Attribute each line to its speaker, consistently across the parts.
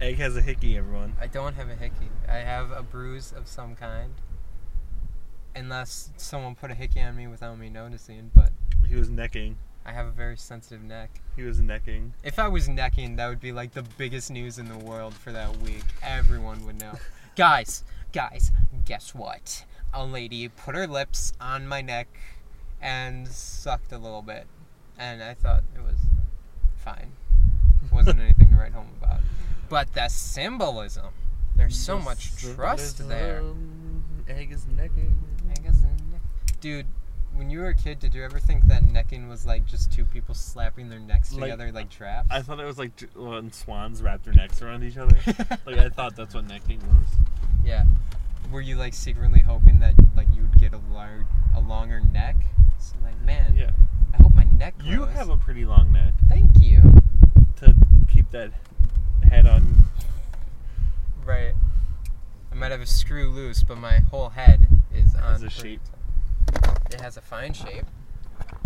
Speaker 1: Egg has a hickey, everyone.
Speaker 2: I don't have a hickey. I have a bruise of some kind. Unless someone put a hickey on me without me noticing, but
Speaker 1: He was necking.
Speaker 2: I have a very sensitive neck.
Speaker 1: He was necking.
Speaker 2: If I was necking, that would be like the biggest news in the world for that week. Everyone would know. guys, guys, guess what? A lady put her lips on my neck and sucked a little bit. And I thought it was fine. Wasn't anything to write home about. But the symbolism. There's so much trust there.
Speaker 1: Egg is necking.
Speaker 2: I guess. Dude, when you were a kid, did you ever think that necking was like just two people slapping their necks
Speaker 1: Like-
Speaker 2: together like traps?
Speaker 1: I thought it was like j- when swans wrap their necks around each other. like I thought that's what necking was.
Speaker 2: Yeah. Were you like secretly hoping that like you would get a large, a longer neck? So like, man,
Speaker 1: Yeah.
Speaker 2: I hope my neck. Grows.
Speaker 1: You have a pretty long neck
Speaker 2: Thank you.
Speaker 1: to keep that head on.
Speaker 2: Right. I might have a screw loose, but my whole head is on.
Speaker 1: Has a
Speaker 2: pretty
Speaker 1: shape.
Speaker 2: tight. It has a fine shape,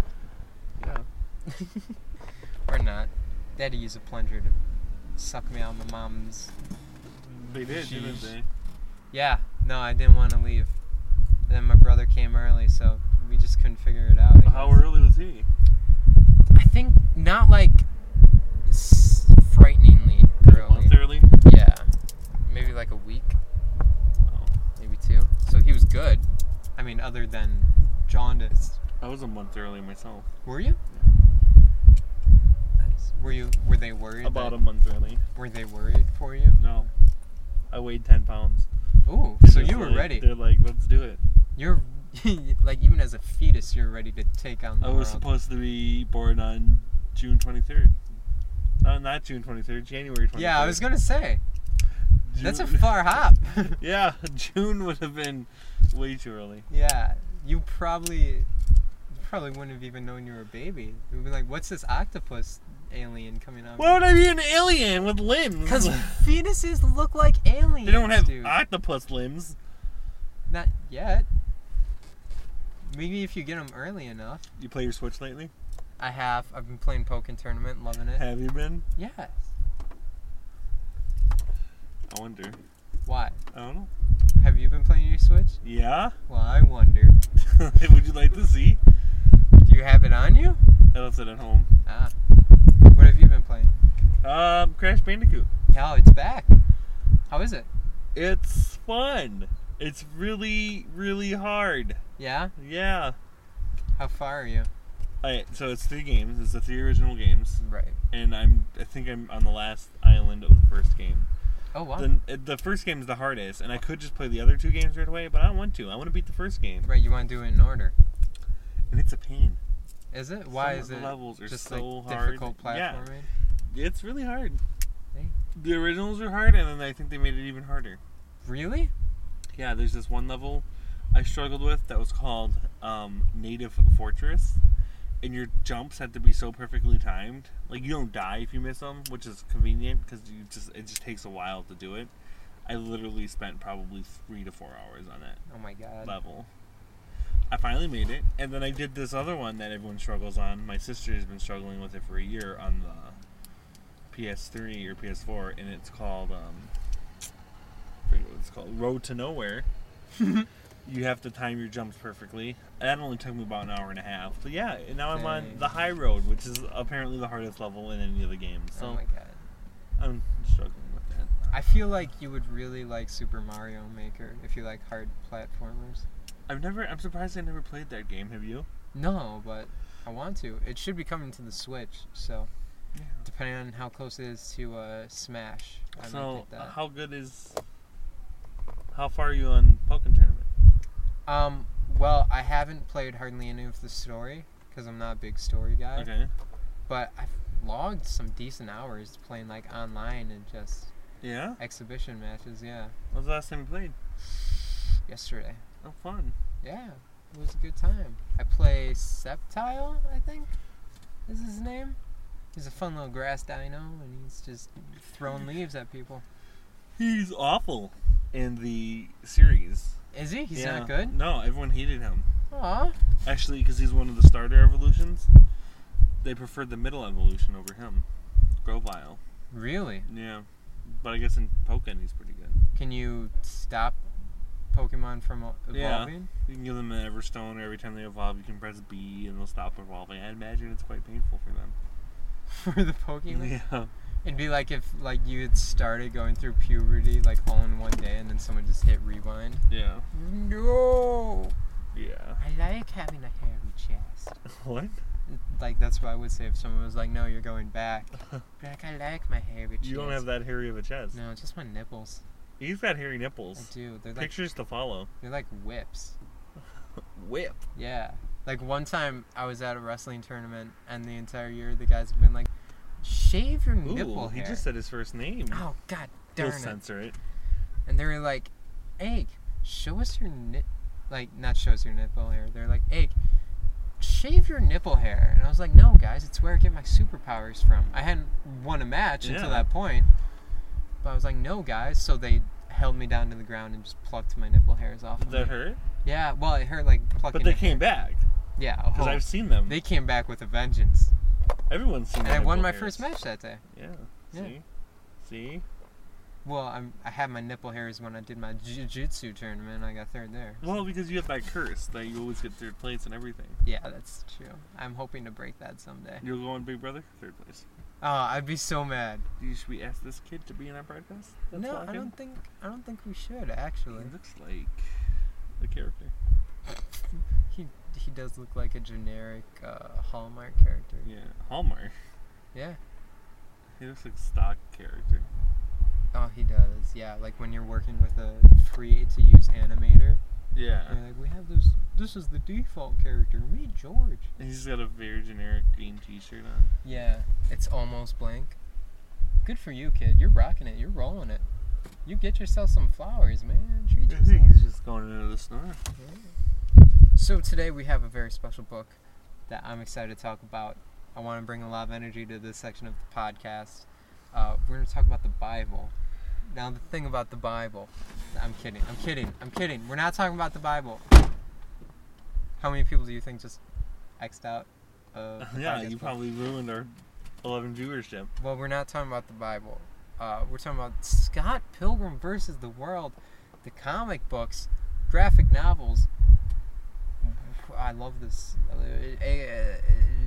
Speaker 1: Yeah.
Speaker 2: or not. Daddy used a plunger to suck me out of my mom's.
Speaker 1: They did, didn't
Speaker 2: Sheesh.
Speaker 1: they?
Speaker 2: Yeah. No, I didn't want to leave. Then my brother came early, so we just couldn't figure it out. I
Speaker 1: How
Speaker 2: guess.
Speaker 1: early was he?
Speaker 2: I think not like s- frighteningly
Speaker 1: A month
Speaker 2: early.
Speaker 1: early.
Speaker 2: Yeah, maybe like a week,
Speaker 1: Oh,
Speaker 2: maybe two. So he was good. I mean, other than jaundice.
Speaker 1: I was a month early myself.
Speaker 2: Were you? Nice. Were you? Were they worried?
Speaker 1: About a
Speaker 2: that,
Speaker 1: month early.
Speaker 2: Were they worried for you?
Speaker 1: No, I weighed ten pounds.
Speaker 2: Ooh,
Speaker 1: They're
Speaker 2: so
Speaker 1: just
Speaker 2: you were
Speaker 1: like-
Speaker 2: ready.
Speaker 1: They're like, let's do it.
Speaker 2: You're like even as a fetus, you're ready to take on the
Speaker 1: I was
Speaker 2: world.
Speaker 1: supposed to be born on June 23rd. No, not June 23rd, January 23rd.
Speaker 2: yeah, I was gonna say
Speaker 1: June-
Speaker 2: that's a far hop.
Speaker 1: yeah, June would have been way too early.
Speaker 2: Yeah, you probably you probably wouldn't have even known you were a baby. You'd be like, "What's this octopus alien coming out?"
Speaker 1: Why would I be an alien with limbs?
Speaker 2: Because fetuses look like aliens.
Speaker 1: they don't have
Speaker 2: dude.
Speaker 1: octopus limbs.
Speaker 2: not yet. Maybe if you get them early enough.
Speaker 1: You play your Switch lately?
Speaker 2: I have. I've been playing Pokken tournament, loving it.
Speaker 1: Have you been?
Speaker 2: Yes.
Speaker 1: I wonder.
Speaker 2: Why?
Speaker 1: I don't know.
Speaker 2: Have you been playing your Switch?
Speaker 1: Yeah?
Speaker 2: Well, I wonder.
Speaker 1: would you like to see?
Speaker 2: Do you have it on you?
Speaker 1: I left it at home.
Speaker 2: Ah. What have you been playing?
Speaker 1: Um, Crash Bandicoot.
Speaker 2: Hell, it's back. How is it?
Speaker 1: It's fun. It's really, really hard.
Speaker 2: Yeah.
Speaker 1: Yeah.
Speaker 2: How far are you?
Speaker 1: Alright, so it's three games. It's the three original games,
Speaker 2: Right.
Speaker 1: and I'm I think I'm on the last island of the first game.
Speaker 2: Oh wow.
Speaker 1: The, the first game is the hardest, and I could just play the other two games right away, but I don't want to. I want to beat the first game,
Speaker 2: Right, you want to do it in order.
Speaker 1: and it's a pain.
Speaker 2: Is it? Why
Speaker 1: Some
Speaker 2: is
Speaker 1: of the
Speaker 2: it
Speaker 1: levels are
Speaker 2: just
Speaker 1: so
Speaker 2: like
Speaker 1: hard.
Speaker 2: difficult
Speaker 1: Yeah.
Speaker 2: platforming?
Speaker 1: It's really hard.
Speaker 2: Hey.
Speaker 1: The originals are hard, and then I think they made it even harder.
Speaker 2: Really?
Speaker 1: Yeah, there's this one level I struggled with that was called um, Native Fortress, and your jumps had to be so perfectly timed. Like you don't die if you miss them, which is convenient because you just it just takes a while to do it. I literally spent probably three to four hours on that
Speaker 2: Oh my god.
Speaker 1: level. I finally made it, and then I did this other one that everyone struggles on. My sister has been struggling with it for a year on the PS3 or PS4, and it's called um, I forget what it's called Road to Nowhere. you have to time your jumps perfectly. That only took me about an hour and a half. But yeah, and now I'm on
Speaker 2: Dang.
Speaker 1: the high road, which is apparently the hardest level in any of the games.
Speaker 2: oh
Speaker 1: So
Speaker 2: my god.
Speaker 1: I'm struggling with that.
Speaker 2: I feel like you would really like Super Mario Maker if you like hard platformers.
Speaker 1: I've never. I'm surprised I never played that game. Have you?
Speaker 2: No, but I want to. It should be coming to the Switch, so
Speaker 1: Yeah.
Speaker 2: depending on how close it is to uh, Smash, I might
Speaker 1: So, uh,
Speaker 2: get that.
Speaker 1: how good is? How far are you on Pokken tournament?
Speaker 2: um, well, I haven't played hardly any of the story because I'm not a big story guy.
Speaker 1: Okay.
Speaker 2: But I've logged some decent hours playing like online and just
Speaker 1: Yeah.
Speaker 2: exhibition matches. Yeah,
Speaker 1: When was the last time you played?
Speaker 2: yesterday.
Speaker 1: Oh, fun.
Speaker 2: Yeah, it was a good time. I play Septile, I think, is his name. He's a fun little grass dino, and he's just throwing leaves at people.
Speaker 1: He's awful in the series.
Speaker 2: Is he? He's
Speaker 1: Yeah.
Speaker 2: not good.
Speaker 1: No, everyone hated him.
Speaker 2: Aw,
Speaker 1: Actually, because he's one of the starter evolutions, they preferred the middle evolution over him. Grovile.
Speaker 2: really?
Speaker 1: Yeah. But I guess in Pokemon he's pretty good.
Speaker 2: Can you stop Pokemon from o-
Speaker 1: Yeah.
Speaker 2: evolving?
Speaker 1: You can give them an Everstone, or every time they evolve, you can press B and they'll stop evolving. I imagine it's quite painful for them.
Speaker 2: For the Pokemon?
Speaker 1: Yeah.
Speaker 2: It'd be like if like you had started going through puberty like all in one day and then someone just hit rewind.
Speaker 1: Yeah.
Speaker 2: No.
Speaker 1: Yeah.
Speaker 2: I like having a hairy chest.
Speaker 1: What?
Speaker 2: Like that's what I would say if someone was like, "No, you're going back." Be like, I like my hairy chest.
Speaker 1: You don't have that hairy of a chest.
Speaker 2: No, just my nipples.
Speaker 1: He's got hairy
Speaker 2: I
Speaker 1: nipples.
Speaker 2: do. They're like
Speaker 1: Pictures to follow.
Speaker 2: they're like whips.
Speaker 1: Whip.
Speaker 2: Yeah. Like one time I was at a wrestling tournament and the entire year the guys have been like, "Shave your
Speaker 1: Ooh,
Speaker 2: nipple
Speaker 1: he
Speaker 2: hair."
Speaker 1: just said his first name.
Speaker 2: oh god
Speaker 1: He'll
Speaker 2: darn it.
Speaker 1: censor it.
Speaker 2: and they were like, "Egg, show us your nip, like not show us your nipple hair." They're like, "Egg, shave your nipple hair," and I was like, "No, guys, it's where I get my superpowers from. I hadn't won a match
Speaker 1: Yeah.
Speaker 2: until that point, but I was like, no, guys." So they held me down to the ground and just plucked my nipple hairs off.
Speaker 1: Did
Speaker 2: of
Speaker 1: that
Speaker 2: me.
Speaker 1: hurt?
Speaker 2: Yeah, well, it hurt like plucking.
Speaker 1: But they
Speaker 2: it.
Speaker 1: came back
Speaker 2: Yeah,
Speaker 1: because
Speaker 2: oh,
Speaker 1: I've seen them.
Speaker 2: they came back with a vengeance,
Speaker 1: Everyone's seen.
Speaker 2: and
Speaker 1: their
Speaker 2: I won
Speaker 1: nipple
Speaker 2: my
Speaker 1: hairs.
Speaker 2: first match that day.
Speaker 1: Yeah.
Speaker 2: Yeah.
Speaker 1: See. See.
Speaker 2: Well, I'm, I had my nipple hairs when I did my jiu-jitsu tournament. I got third there.
Speaker 1: Well, because you have that curse that you always get third place and everything.
Speaker 2: Yeah, that's true. I'm hoping to break that someday.
Speaker 1: You'll go on Big Brother third place.
Speaker 2: Oh, I'd be so mad.
Speaker 1: You should we ask this kid to be in our podcast? That's
Speaker 2: no, I
Speaker 1: locking?
Speaker 2: don't think I don't think we should actually.
Speaker 1: He looks like the character.
Speaker 2: He he does look like a generic uh, Hallmark character.
Speaker 1: Yeah, Hallmark.
Speaker 2: Yeah.
Speaker 1: He looks like stock character.
Speaker 2: Oh, he does. Yeah, like when you're working with a free to use animator,
Speaker 1: Yeah.
Speaker 2: you're like, we have this. This is the default character. Me, George.
Speaker 1: And He's got a very generic green T-shirt on.
Speaker 2: Yeah, it's almost blank. Good for you, kid. You're rocking it. You're rolling it. You get yourself some flowers, man. Treat
Speaker 1: I
Speaker 2: yourself.
Speaker 1: think he's just going into the store.
Speaker 2: So today we have a very special book that I'm excited to talk about. I want to bring a lot of energy to this section of the podcast. Uh, we're going to talk about the Bible. Now the thing about the Bible, I'm kidding. I'm kidding. I'm kidding. We're not talking about the Bible. How many people do you think just xed out? Uh, the
Speaker 1: yeah,
Speaker 2: podcast
Speaker 1: you
Speaker 2: book?
Speaker 1: probably ruined our 11 viewership.
Speaker 2: Well, we're not talking about the Bible. Uh, we're talking about Scott Pilgrim versus the World, the comic books, graphic novels. I love this. Uh, uh,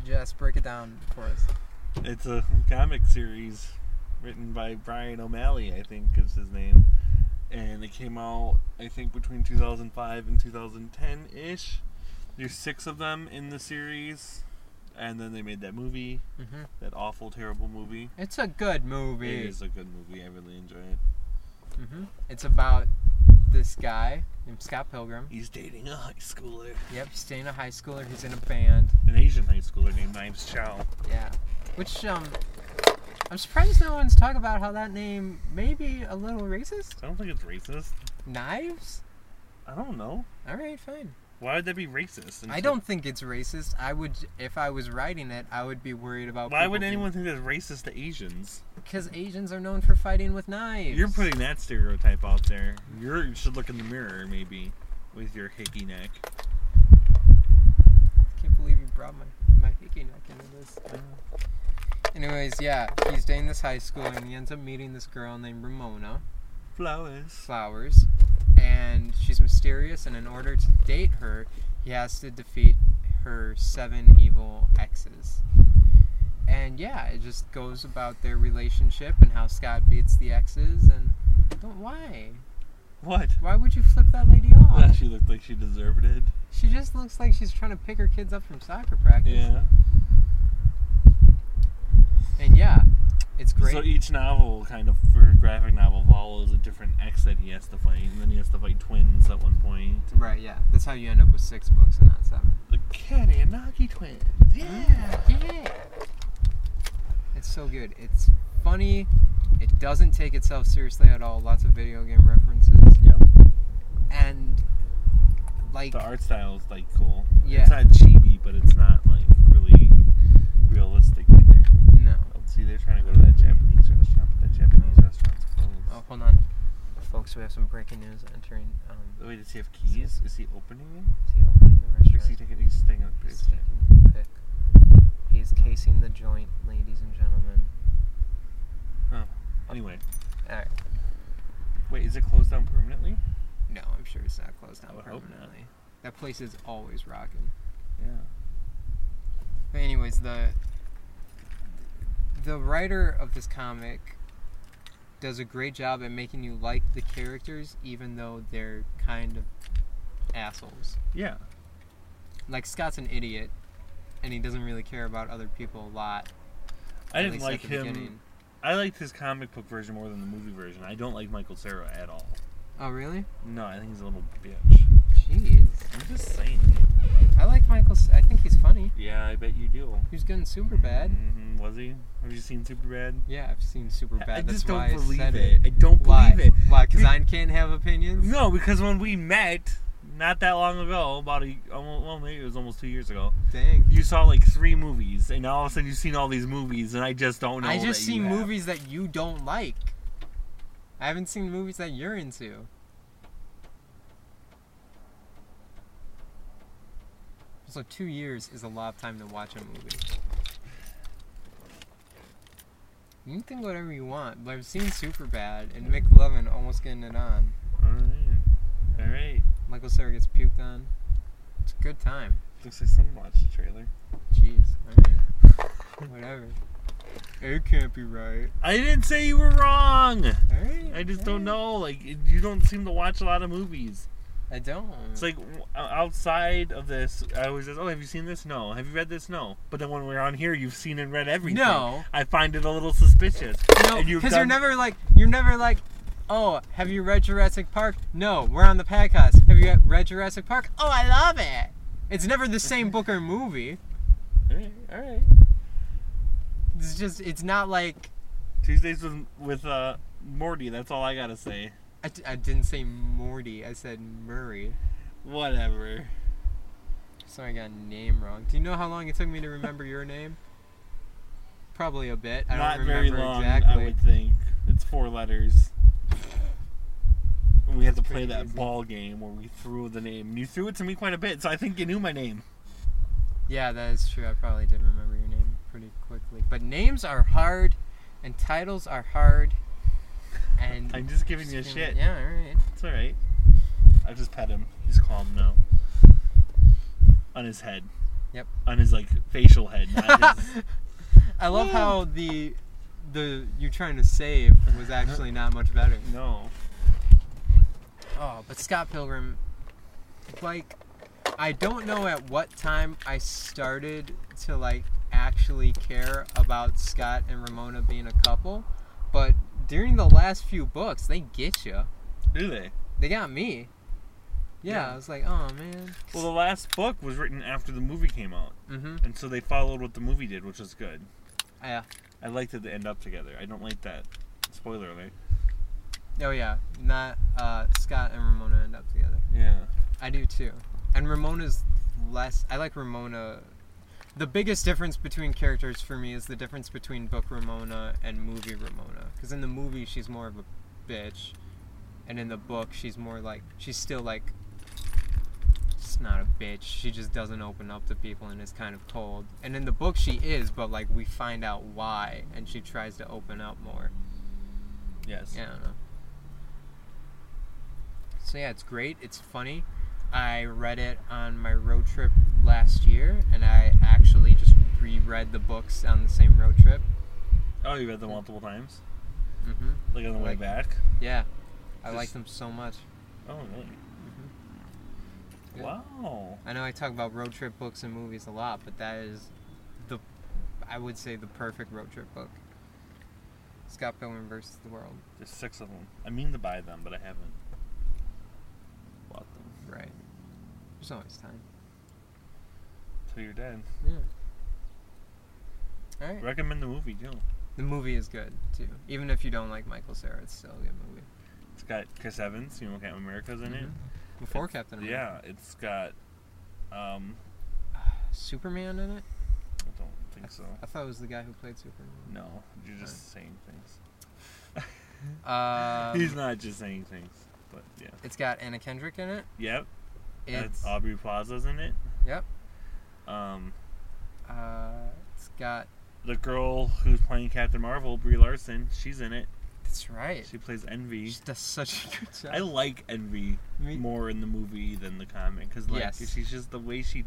Speaker 2: Just break it down for us.
Speaker 1: It's a comic series written by Brian O'Malley, I think is his name. And it came out, I think, between 2005 and 2010 ish. There's six of them in the series. And then they made that movie,
Speaker 2: hmm
Speaker 1: that awful, terrible movie.
Speaker 2: It's a good
Speaker 1: It
Speaker 2: movie.
Speaker 1: is a good movie. I really enjoy it.
Speaker 2: hmm It's about this guy named Scott Pilgrim.
Speaker 1: He's dating a high schooler,
Speaker 2: Yep, he's staying a high schooler. He's in a band.
Speaker 1: an Asian high schooler named Knives Chow.
Speaker 2: Yeah. Which, um, I'm surprised no one's talking about how that name may be a little racist.
Speaker 1: I don't think it's racist.
Speaker 2: Knives?
Speaker 1: I don't know.
Speaker 2: Alright, fine.
Speaker 1: Why would that be racist?
Speaker 2: I don't think it's racist. I would, if I was writing it, I would be worried about.
Speaker 1: Why would anyone think that's racist to Asians?
Speaker 2: Because Asians are known for fighting with knives.
Speaker 1: You're putting that stereotype out there. You're, you should look in the mirror, maybe, with your hickey neck.
Speaker 2: Can't believe you brought my my hickey neck into this. Anyways, yeah, he's dating this high school, and he ends up meeting this girl named Ramona
Speaker 1: Flowers.
Speaker 2: Flowers, and she's mysterious. And in order to date her, he has to defeat her seven evil exes. And yeah, it just goes about their relationship and how Scott beats the exes and. Don't, why?
Speaker 1: What?
Speaker 2: Why would you flip that lady
Speaker 1: Well,
Speaker 2: off?
Speaker 1: she looked like she deserved it.
Speaker 2: She just looks like she's trying to pick her kids up from soccer practice.
Speaker 1: Yeah.
Speaker 2: And yeah, it's great.
Speaker 1: So each novel, kind of, for graphic novel, follows a different ex that he has to fight, and then he has to fight twins at one point.
Speaker 2: right, yeah. That's how you end up with six books and not seven.
Speaker 1: The Katanagi twins.
Speaker 2: Mm. Yeah. It's so good. It's funny. It doesn't take itself seriously at all. Lots of video game references.
Speaker 1: Yep.
Speaker 2: And, like,
Speaker 1: The art style is like cool.
Speaker 2: Yeah.
Speaker 1: It's not chibi, but it's not like really realistic either.
Speaker 2: no.
Speaker 1: Oh, See, they're trying to go to that Japanese restaurant, but that Japanese restaurant's closed.
Speaker 2: Oh, hold on. Folks, we have some breaking news entering. Um,
Speaker 1: Oh, Wait, does he have keys? Is he opening it?
Speaker 2: is he opening the
Speaker 1: Or is
Speaker 2: restaurant?
Speaker 1: he taking? He's staying up.
Speaker 2: He's taking the pick. He's casing the joint, ladies and gentlemen.
Speaker 1: Oh. Anyway,
Speaker 2: All right.
Speaker 1: Wait, is it closed down permanently?
Speaker 2: No, I'm sure it's Oh, not closed
Speaker 1: I
Speaker 2: down
Speaker 1: would hope not.
Speaker 2: permanently. That place is always rocking.
Speaker 1: Yeah.
Speaker 2: But anyways, the the writer of this comic does a great job at making you like the characters, even though they're kind of assholes.
Speaker 1: Yeah.
Speaker 2: Like Scott's an idiot, and he doesn't really care about other people a lot.
Speaker 1: I
Speaker 2: at
Speaker 1: didn't
Speaker 2: least at
Speaker 1: like
Speaker 2: the
Speaker 1: him.
Speaker 2: beginning.
Speaker 1: I liked his comic book version more than the movie version. I don't like Michael Cera at all.
Speaker 2: Oh really?
Speaker 1: No, I think he's a little bitch.
Speaker 2: Jeez.
Speaker 1: I'm just saying.
Speaker 2: I like Michael. C- I think he's funny.
Speaker 1: Yeah, I bet you do.
Speaker 2: He was good in Superbad.
Speaker 1: Mhm, was he? Have you seen Superbad?
Speaker 2: Yeah, I've seen Superbad.
Speaker 1: I
Speaker 2: That's
Speaker 1: just
Speaker 2: why
Speaker 1: don't believe
Speaker 2: I said
Speaker 1: it. I don't
Speaker 2: Why?
Speaker 1: believe it.
Speaker 2: Why? Because I can't have opinions.
Speaker 1: No, because when we met not that long ago, about a almost, well, maybe it was almost two years ago.
Speaker 2: Dang.
Speaker 1: You saw like three movies, and now all of a sudden you've seen all these movies, and I just don't know.
Speaker 2: I just
Speaker 1: that
Speaker 2: see
Speaker 1: you have.
Speaker 2: movies that you don't like. I haven't seen movies that you're into. So two years is a lot of time to watch a movie. You can think whatever you want, but I've seen Superbad and Mick Levin almost getting it on.
Speaker 1: All right, all right.
Speaker 2: Michael Cera gets puked on. It's a good time.
Speaker 1: Looks like someone watched the trailer.
Speaker 2: Jeez. Alright. Whatever. It can't be right.
Speaker 1: I didn't say you were wrong.
Speaker 2: Alright.
Speaker 1: I just don't
Speaker 2: alright.
Speaker 1: know. Like it- you don't seem to watch a lot of movies.
Speaker 2: I don't.
Speaker 1: It's like w- o- outside of this, I was just, oh, have you seen this? No. Have you read this? No. But then when we're on here, you've seen and read everything.
Speaker 2: No.
Speaker 1: I find it a little suspicious.
Speaker 2: No,
Speaker 1: And you've
Speaker 2: because you're
Speaker 1: done-
Speaker 2: never like you're never like, oh, have you read Jurassic Park? No, we're on the podcast. Have you read Jurassic Park? Oh, I love it. It's never the same book or movie.
Speaker 1: All right, all right.
Speaker 2: It's just it's not like
Speaker 1: Tuesdays with with uh, Morty. That's all I gotta say.
Speaker 2: I, d- I didn't say Morty. I said Murray.
Speaker 1: Whatever.
Speaker 2: So I got a name wrong. Do you know how long it took me to remember your name? Probably a bit. I
Speaker 1: Not
Speaker 2: don't
Speaker 1: very
Speaker 2: remember
Speaker 1: long,
Speaker 2: exactly.
Speaker 1: I would think. It's four letters. And We had to
Speaker 2: That's
Speaker 1: play
Speaker 2: pretty
Speaker 1: that
Speaker 2: easy.
Speaker 1: ball game where we threw the name. And you threw it to me quite a bit, so I think you knew my name.
Speaker 2: Yeah, that is true. I probably did remember your name pretty quickly. But names are hard, and titles are hard. And
Speaker 1: I'm just giving you a
Speaker 2: Just
Speaker 1: shit.
Speaker 2: giving- Yeah, all right.
Speaker 1: It's all right. I just pet him. He's calm now. On his head.
Speaker 2: Yep.
Speaker 1: On his like facial head, not his.
Speaker 2: I love
Speaker 1: Yeah.
Speaker 2: how the the you trying to save was actually not much better.
Speaker 1: no.
Speaker 2: Oh, but Scott Pilgrim, like, I don't know at what time I started to like actually care about Scott and Ramona being a couple, but during the last few books, they get you.
Speaker 1: Do they?
Speaker 2: They got me. Yeah,
Speaker 1: Yeah.
Speaker 2: I was like, oh man.
Speaker 1: Well, the last book was written after the movie came out,
Speaker 2: Mm-hmm.
Speaker 1: and so they followed what the movie did, which was good.
Speaker 2: Oh, Yeah.
Speaker 1: I like that they end up together. I don't like that. Spoiler alert.
Speaker 2: Oh yeah. Not uh, Scott and Ramona end up together.
Speaker 1: Yeah.
Speaker 2: I do too. And Ramona's less. I like Ramona. The biggest difference between characters for me is the difference between book Ramona and movie Ramona. Because in the movie, she's more of a bitch. And in the book, she's more like. She's still like. She's not a bitch. She just doesn't open up to people and is kind of cold. And in the book, she is, but like we find out why. And she tries to open up more.
Speaker 1: Yes.
Speaker 2: Yeah, I don't know. So yeah, it's great. It's funny. I read it on my road trip last year, and I actually just reread the books on the same road trip.
Speaker 1: Oh, you read them multiple times,
Speaker 2: hmm
Speaker 1: like on the way
Speaker 2: Like-
Speaker 1: back.
Speaker 2: Yeah, I
Speaker 1: Just-
Speaker 2: like them so much. Mm-hmm.
Speaker 1: Oh, really?
Speaker 2: Yeah.
Speaker 1: Wow.
Speaker 2: I know I talk about road trip books and movies a lot, but that is the, I would say, the perfect road trip book. Scott Pilgrim versus the World.
Speaker 1: There's six of them. I mean to buy them, but I haven't bought them.
Speaker 2: Right. There's always time.
Speaker 1: Till you're dead.
Speaker 2: Yeah. All right.
Speaker 1: Recommend the movie too.
Speaker 2: The movie is good too. Even if you don't like Michael Cera, it's still a good movie.
Speaker 1: It's got Chris Evans, you know, Captain America's in it.
Speaker 2: Before
Speaker 1: It's-
Speaker 2: Captain Mm-hmm. America.
Speaker 1: Yeah, it's got. Um,
Speaker 2: Superman in it?
Speaker 1: I don't think so.
Speaker 2: I thought it was the guy who played Superman.
Speaker 1: No, you're just saying things.
Speaker 2: Um,
Speaker 1: He's not just saying things, but yeah.
Speaker 2: It's got Anna Kendrick in it.
Speaker 1: Yep.
Speaker 2: It's
Speaker 1: It's Aubrey Plaza's in it.
Speaker 2: Yep.
Speaker 1: Um,
Speaker 2: uh, it's got
Speaker 1: the girl who's playing Captain Marvel, Brie Larson, she's in it.
Speaker 2: That's right.
Speaker 1: She plays Envy.
Speaker 2: She does such a good job.
Speaker 1: I like Envy
Speaker 2: Me-
Speaker 1: more in the movie than the comic because like
Speaker 2: Yes.
Speaker 1: she's just the way she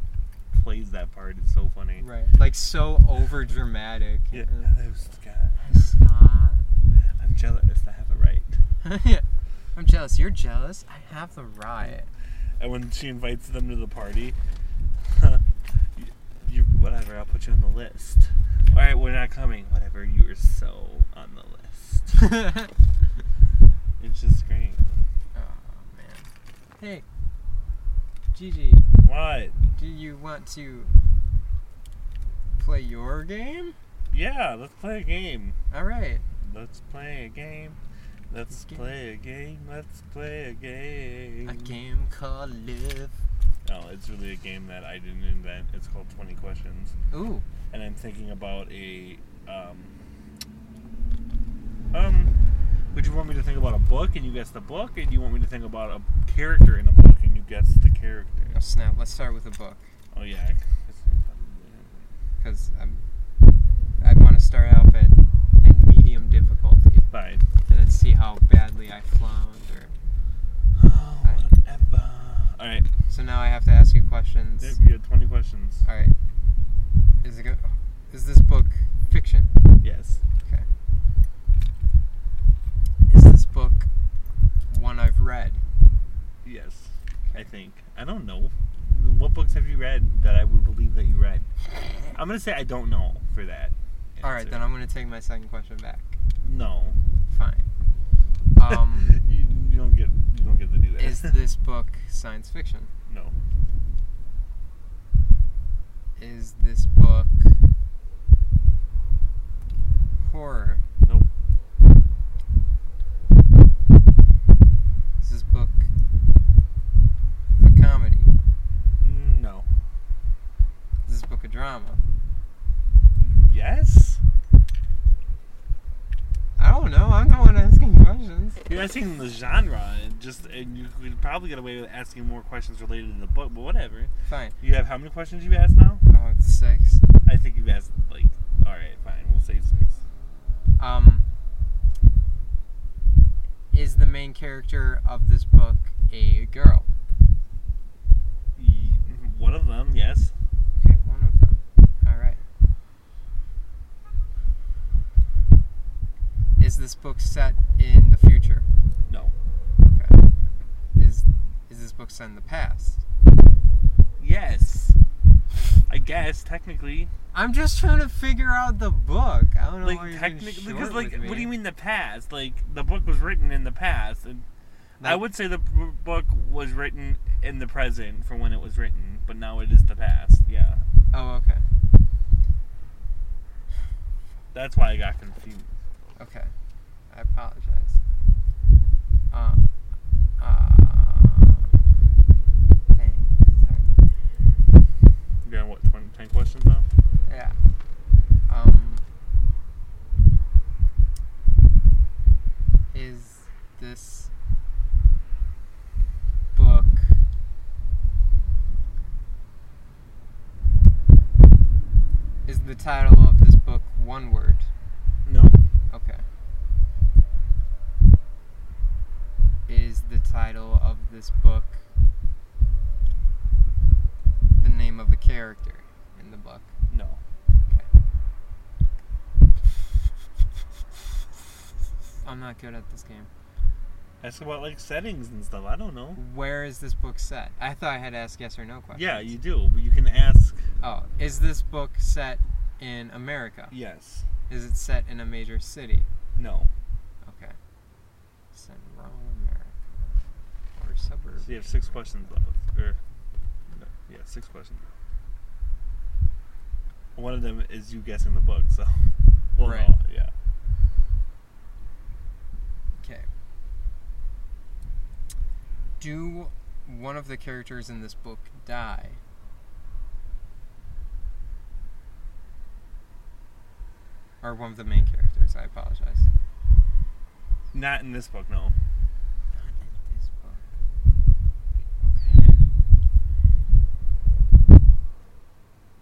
Speaker 1: plays that part is so funny.
Speaker 2: Right. Like so over dramatic.
Speaker 1: Yeah, that was the guy.
Speaker 2: Scott.
Speaker 1: I'm jealous to have it right.
Speaker 2: I'm jealous. You're jealous. I have the riot.
Speaker 1: And when she invites them to the party, you, you whatever. I'll put you on the list. All right, we're not coming. Whatever. You were so on the list.
Speaker 2: oh man.
Speaker 1: It's just great.
Speaker 2: Oh, Hey, Gigi,
Speaker 1: What?
Speaker 2: do you want to play your game?
Speaker 1: Yeah, let's play a game.
Speaker 2: All right.
Speaker 1: Let's play a game. Let's
Speaker 2: Game.
Speaker 1: play a game. Let's play a game.
Speaker 2: A game called Live.
Speaker 1: No, it's really a game that I didn't invent. It's called 20 Questions.
Speaker 2: Ooh.
Speaker 1: And I'm thinking about a. Um, um, would you want me to think about a book and you guess the book? And you want me to think about a character in a book and you guess the character?
Speaker 2: Oh snap! Let's start with a book,
Speaker 1: Oh, yeah.
Speaker 2: cause I'm. I want to start off at, at medium difficulty,
Speaker 1: Fine.
Speaker 2: and then see how badly I flounder.
Speaker 1: Oh, whatever. Alright,
Speaker 2: So now I have to ask you questions.
Speaker 1: there- we had 20 questions.
Speaker 2: All right. Is it go- is this book fiction?
Speaker 1: Yes.
Speaker 2: Okay. Is this book one I've read?
Speaker 1: Yes. I think. I don't know. What books have you read that I would believe that you read? I'm gonna say I don't know for that.
Speaker 2: All right, then I'm gonna take my second question back.
Speaker 1: No.
Speaker 2: Fine. Um,
Speaker 1: you, you don't get you don't get to do that.
Speaker 2: is this book science fiction?
Speaker 1: no?
Speaker 2: Is this book horror?
Speaker 1: Nope.
Speaker 2: Is this book a comedy?
Speaker 1: Mm, No.
Speaker 2: Is this book a drama?
Speaker 1: Yes.
Speaker 2: I don't know. I'm the one asking questions.
Speaker 1: You're asking the genre, and just and you could probably get away with asking more questions related to the book, but whatever.
Speaker 2: Fine.
Speaker 1: You have how many questions you've asked now?
Speaker 2: Oh, it's six.
Speaker 1: I think you've asked like, all right, fine, we'll say six.
Speaker 2: Um, is the main character of this book a girl?
Speaker 1: Y- mm-hmm, One of them, yes.
Speaker 2: Okay, one of them. All right. Is this book set in the future?
Speaker 1: No.
Speaker 2: Okay. Is is this book set in the past?
Speaker 1: Yes. I guess technically,
Speaker 2: I'm just trying to figure out the book. I don't know why
Speaker 1: like
Speaker 2: you're being
Speaker 1: technically,
Speaker 2: short
Speaker 1: because like,
Speaker 2: with me.
Speaker 1: what do you mean the past? Like the book was written in the past, and I
Speaker 2: Like-
Speaker 1: would say the p- book was written in the present from when it was written, but now it is the past. Yeah,
Speaker 2: Oh, okay.
Speaker 1: that's why I got confused.
Speaker 2: Okay. I apologize. Um, uh, dang, this is hard.
Speaker 1: You got what 20, 10 questions now?
Speaker 2: Yeah. Um, is this book is the title of this book one word?
Speaker 1: No.
Speaker 2: Okay. Is the title of this book the name of a character in the book?
Speaker 1: No.
Speaker 2: I'm not good at this game.
Speaker 1: Ask about like settings and stuff. I don't know.
Speaker 2: Where is this book set? I thought I had to ask yes or no questions.
Speaker 1: Yeah, you do, but you can ask.
Speaker 2: Oh, is this book set in America?
Speaker 1: Yes.
Speaker 2: Is it set in a major city?
Speaker 1: No.
Speaker 2: Okay. Set in rural America or suburb?
Speaker 1: So you have six questions left. Or, no, yeah, six questions. One of them is you guessing the book, so. Well,
Speaker 2: Right.
Speaker 1: no, yeah.
Speaker 2: Okay. Do one of the characters in this book die? Or one of the main characters, I apologize.
Speaker 1: Not in this book, no.
Speaker 2: Not in this book. Okay.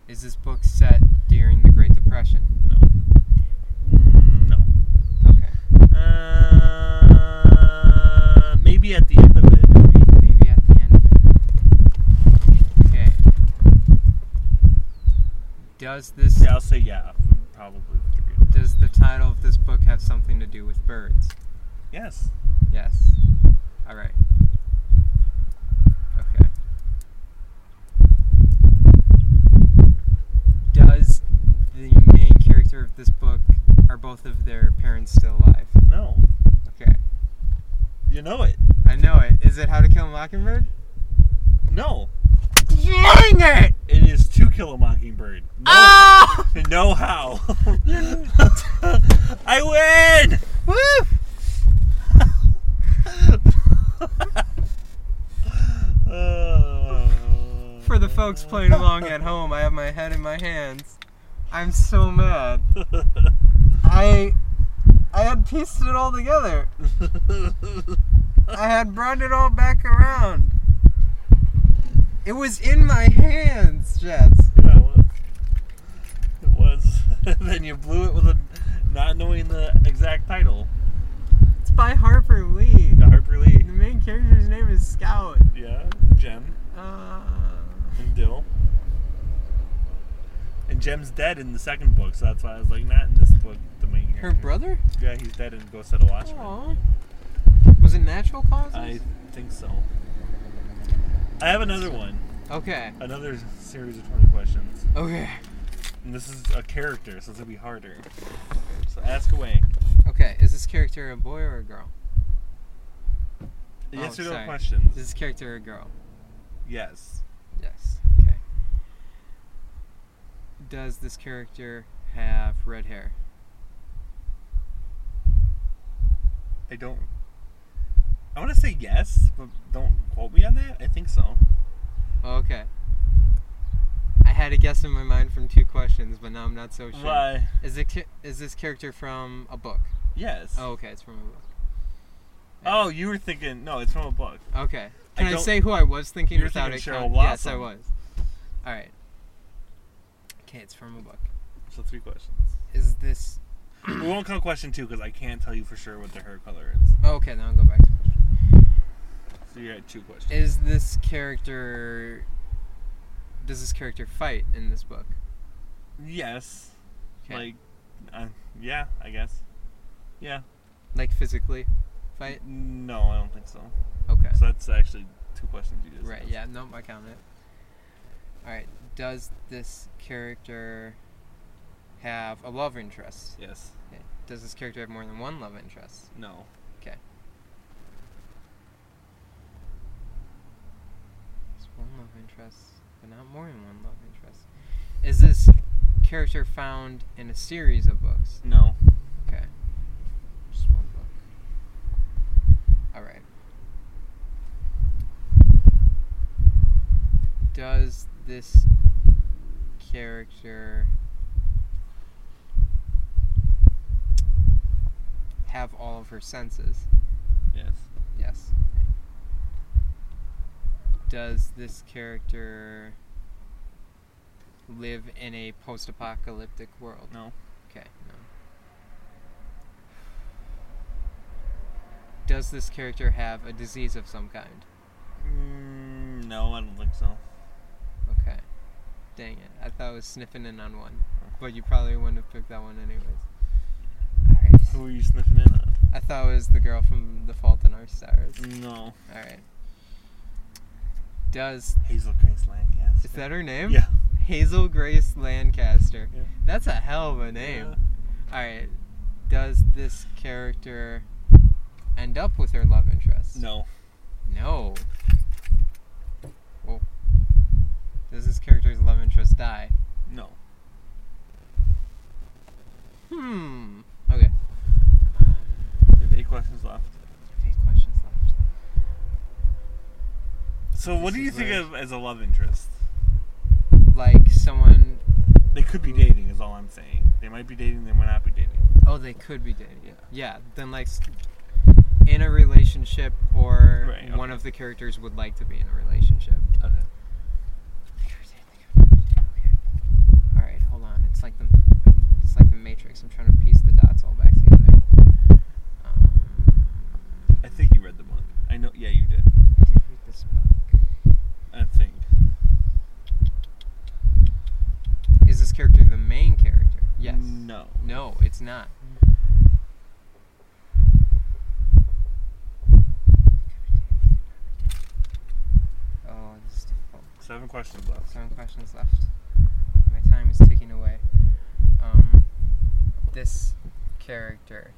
Speaker 2: Is this book set during the Great Depression?
Speaker 1: No. Mm, no.
Speaker 2: Okay.
Speaker 1: Uh,
Speaker 2: Does this
Speaker 1: Yeah, I'll say yeah. Probably.
Speaker 2: does the title of this book have something to do with birds?
Speaker 1: Yes.
Speaker 2: Yes. All right. Okay. Does the main character of this book are both of their parents still alive?
Speaker 1: No.
Speaker 2: Okay.
Speaker 1: You know it.
Speaker 2: I know it. Is it How to Kill a Mockingbird?
Speaker 1: No.
Speaker 2: Dang it!
Speaker 1: It is to kill a mockingbird. No,
Speaker 2: Ah!
Speaker 1: no how. I win!
Speaker 2: Woo! For the folks playing along at home, I have my head in my hands. I'm so mad. I I had pieced it all together. I had brought it all back around. It was in my hands, Jess.
Speaker 1: Yeah, well, it was. then you blew it with a, not knowing the exact title.
Speaker 2: It's by Harper Lee.
Speaker 1: The Harper Lee.
Speaker 2: The main character's name is Scout.
Speaker 1: Yeah, and Jem
Speaker 2: Uh,
Speaker 1: and Dill. And Jem's dead in the second book, so that's why I was like, not in this book. The main character.
Speaker 2: her brother?
Speaker 1: Yeah, he's dead in Ghost of the Watchmen.
Speaker 2: Aw. Was it natural causes?
Speaker 1: I think so. I have another one.
Speaker 2: Okay.
Speaker 1: Another series of 20 questions.
Speaker 2: Okay.
Speaker 1: And this is a character, so it's gonna be harder. So ask away.
Speaker 2: Oh, Okay. Is this character a boy or a girl?
Speaker 1: The
Speaker 2: Oh,
Speaker 1: yes or no
Speaker 2: sorry.
Speaker 1: questions.
Speaker 2: Is this character a girl?
Speaker 1: Yes.
Speaker 2: Yes. Okay. Does this character have red hair?
Speaker 1: I don't. I want to say yes, but don't quote me on that. I think so.
Speaker 2: Okay. I had a guess in my mind from two questions, but now I'm not so sure.
Speaker 1: Why?
Speaker 2: Is it ca- is this character from a book?
Speaker 1: Yes.
Speaker 2: Oh, okay, it's from a book.
Speaker 1: Oh, you were thinking. No, it's from a book.
Speaker 2: Okay.
Speaker 1: I
Speaker 2: Can I,
Speaker 1: don't-
Speaker 2: say who I was thinking
Speaker 1: You were
Speaker 2: without
Speaker 1: thinking
Speaker 2: it?
Speaker 1: Cheryl
Speaker 2: count- yes, I was.
Speaker 1: Blossom.
Speaker 2: All right. Okay, it's from a book.
Speaker 1: So three questions.
Speaker 2: Is this?
Speaker 1: we won't count question two because I can't tell you for sure what the hair color is.
Speaker 2: Oh, okay, then I'll go back to.
Speaker 1: So you got two questions.
Speaker 2: Is this character? Does this character fight in this book?
Speaker 1: yes.
Speaker 2: 'Kay.
Speaker 1: Like, uh, yeah, I guess. Yeah.
Speaker 2: like physically fight.
Speaker 1: No, I don't think so.
Speaker 2: Okay.
Speaker 1: So that's actually two questions you just.
Speaker 2: Right.
Speaker 1: asked.
Speaker 2: Yeah. Nope. I count it. All right. Does this character have a love interest?
Speaker 1: Yes.
Speaker 2: Okay. Does this character have more than one love interest?
Speaker 1: No.
Speaker 2: It's one love interest, but not more than one love interest. Is this character found in a series of books?
Speaker 1: No.
Speaker 2: Okay. Just one book. All right. Does this character have all of her senses?
Speaker 1: Yes.
Speaker 2: Yes. Does this character live in a post-apocalyptic world?
Speaker 1: No.
Speaker 2: Okay, no. Does this character have a disease of some kind?
Speaker 1: Mm, no, I don't think so.
Speaker 2: Okay. Dang it. I thought I was sniffing in on one. But you probably wouldn't have picked that one anyways. Alright.
Speaker 1: Who are you sniffing in on?
Speaker 2: I thought it was the girl from The Fault in Our Stars.
Speaker 1: No.
Speaker 2: Alright. Does.
Speaker 1: Hazel Grace Lancaster.
Speaker 2: Is that her name?
Speaker 1: Yeah.
Speaker 2: Hazel Grace Lancaster.
Speaker 1: Yeah.
Speaker 2: That's a hell of a name.
Speaker 1: Yeah.
Speaker 2: Alright. Does this character end up with her love interest?
Speaker 1: No.
Speaker 2: No. Well, does this character's love interest die?
Speaker 1: No.
Speaker 2: Hmm. Okay. Um,
Speaker 1: We have eight questions left.
Speaker 2: Eight questions left.
Speaker 1: So what
Speaker 2: This
Speaker 1: do you
Speaker 2: is
Speaker 1: think
Speaker 2: where-
Speaker 1: of as a love interest?
Speaker 2: Like someone.
Speaker 1: They could be dating. Is all I'm saying. They might be dating. They might not be dating.
Speaker 2: Oh, they could be dating. Yeah. Yeah. Then like s- in a relationship, or
Speaker 1: Right, okay.
Speaker 2: one of the characters would like to be in a relationship.
Speaker 1: Okay.
Speaker 2: All right, hold on. It's like the it's like the Matrix. I'm trying to piece the dots all back together. Um,
Speaker 1: I think you read the book. I know. Yeah, you did.
Speaker 2: I did read this book.
Speaker 1: I think.
Speaker 2: Is this character not. Oh, this is difficult.
Speaker 1: Seven questions left.
Speaker 2: Seven questions left. My time is ticking away. Um, this character.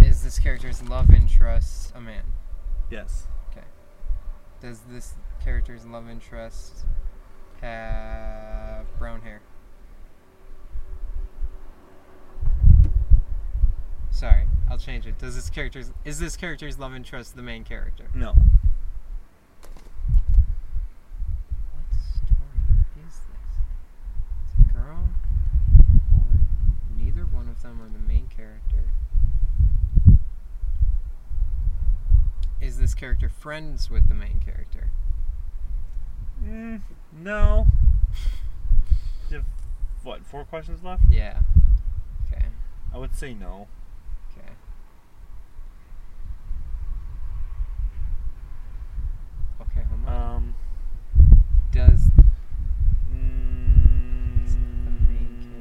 Speaker 2: Is this character's love interest a man?
Speaker 1: Yes.
Speaker 2: Does this character's love interest have brown hair? Sorry, I'll change it. Does this character's is this character's love interest the main character?
Speaker 1: No.
Speaker 2: What story is this? It's a girl or neither one of them are the main character. Is this character friends with the main character?
Speaker 1: Mm, no. You have, what, four questions left?
Speaker 2: Yeah. Okay.
Speaker 1: I would say no.
Speaker 2: Okay. Okay, hold on.
Speaker 1: Um,
Speaker 2: Does
Speaker 1: mm,
Speaker 2: It's the main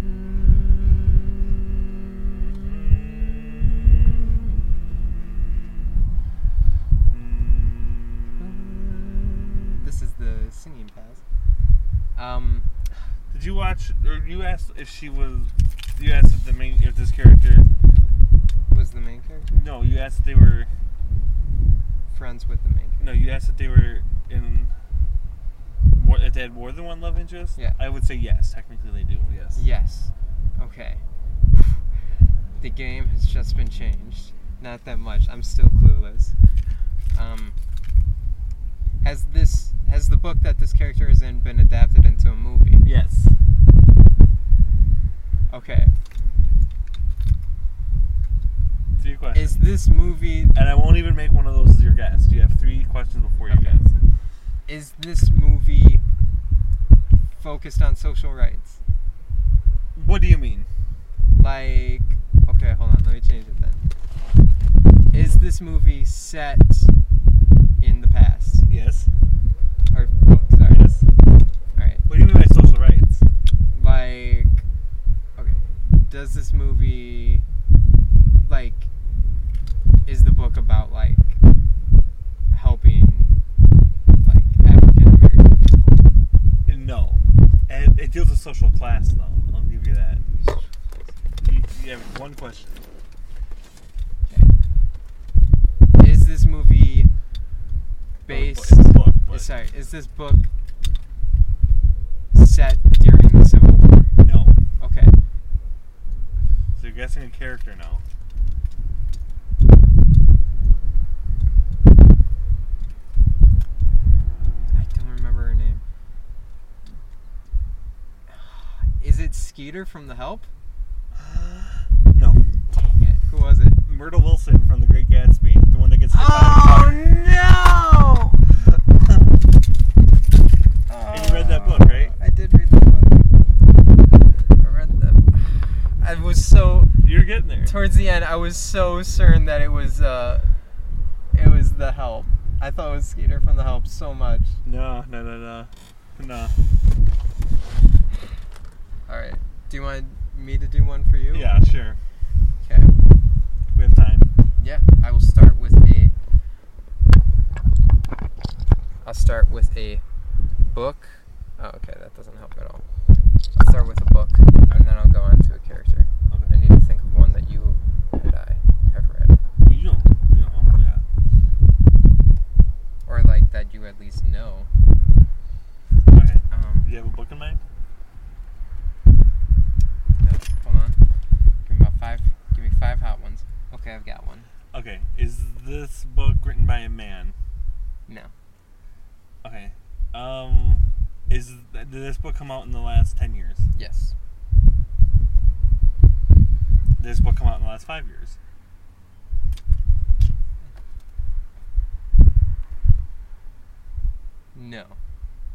Speaker 1: Um,
Speaker 2: this is the singing pass? Um,
Speaker 1: Did you watch? Or you asked if she was. You asked if the main, if this character.
Speaker 2: was the main character
Speaker 1: No, you asked if they were.
Speaker 2: friends with the main?
Speaker 1: No, you asked if they were in. More, if they had more than one love interest.
Speaker 2: Yeah.
Speaker 1: I would say yes. Technically, they do. Yes.
Speaker 2: Yes. Okay. The game has just been changed. Not that much. I'm still clueless. Um, has this has the book that this character is in been adapted into a movie?
Speaker 1: Yes.
Speaker 2: Okay.
Speaker 1: Three questions.
Speaker 2: Is this movie
Speaker 1: and I won't even make one of those as your guess. You have three questions before you
Speaker 2: Okay.
Speaker 1: guess.
Speaker 2: is this movie focused on social rights?
Speaker 1: What do you mean?
Speaker 2: Like, okay, hold on, let me change it then. Is this movie set in the past
Speaker 1: Yes.
Speaker 2: or book? Sorry.
Speaker 1: Yes.
Speaker 2: All right.
Speaker 1: What do you mean by social rights?
Speaker 2: Like, okay, does this movie like is the book about like helping like African American people?
Speaker 1: No. And it deals with social class, though. I'll give you that. You, you have one question.
Speaker 2: Is this movie based?
Speaker 1: It's a book, but
Speaker 2: eh, Sorry, is this book set during the Civil War?
Speaker 1: no.
Speaker 2: Okay.
Speaker 1: So you're guessing a character now.
Speaker 2: I don't remember her name. Is it Skeeter from The Help?
Speaker 1: Uh, No.
Speaker 2: Yeah, Who was it?
Speaker 1: Myrtle Wilson from The Great Gatsby, the one that gets hit by Oh,
Speaker 2: no!
Speaker 1: a car. you read that book, right?
Speaker 2: Uh, I did read the book. I read the. I was so
Speaker 1: you're getting there.
Speaker 2: towards the end. I was so certain that it was uh, it was the help. I thought it was Skeeter from the help so much.
Speaker 1: No, no, no, no. No.
Speaker 2: All right. Do you want me to do one for you?
Speaker 1: Yeah, sure.
Speaker 2: Okay.
Speaker 1: We have time.
Speaker 2: Yeah. I will start with a. I'll start with a book. Oh, okay. That doesn't help at all. I'll start with a book, and then I'll go on to a character. I need to think of one that you and I have read,
Speaker 1: You don't. You don't. Yeah.
Speaker 2: or like that you at least know.
Speaker 1: Okay.
Speaker 2: Um,
Speaker 1: Do you have a book in mind?
Speaker 2: no, hold on. Give me about five. Give me five hot ones. Okay, I've got one.
Speaker 1: Okay. Is this book written by a man?
Speaker 2: No.
Speaker 1: Okay. Um, is did this book come out in the last ten years?
Speaker 2: Yes.
Speaker 1: Did this book come out in the last five years?
Speaker 2: No.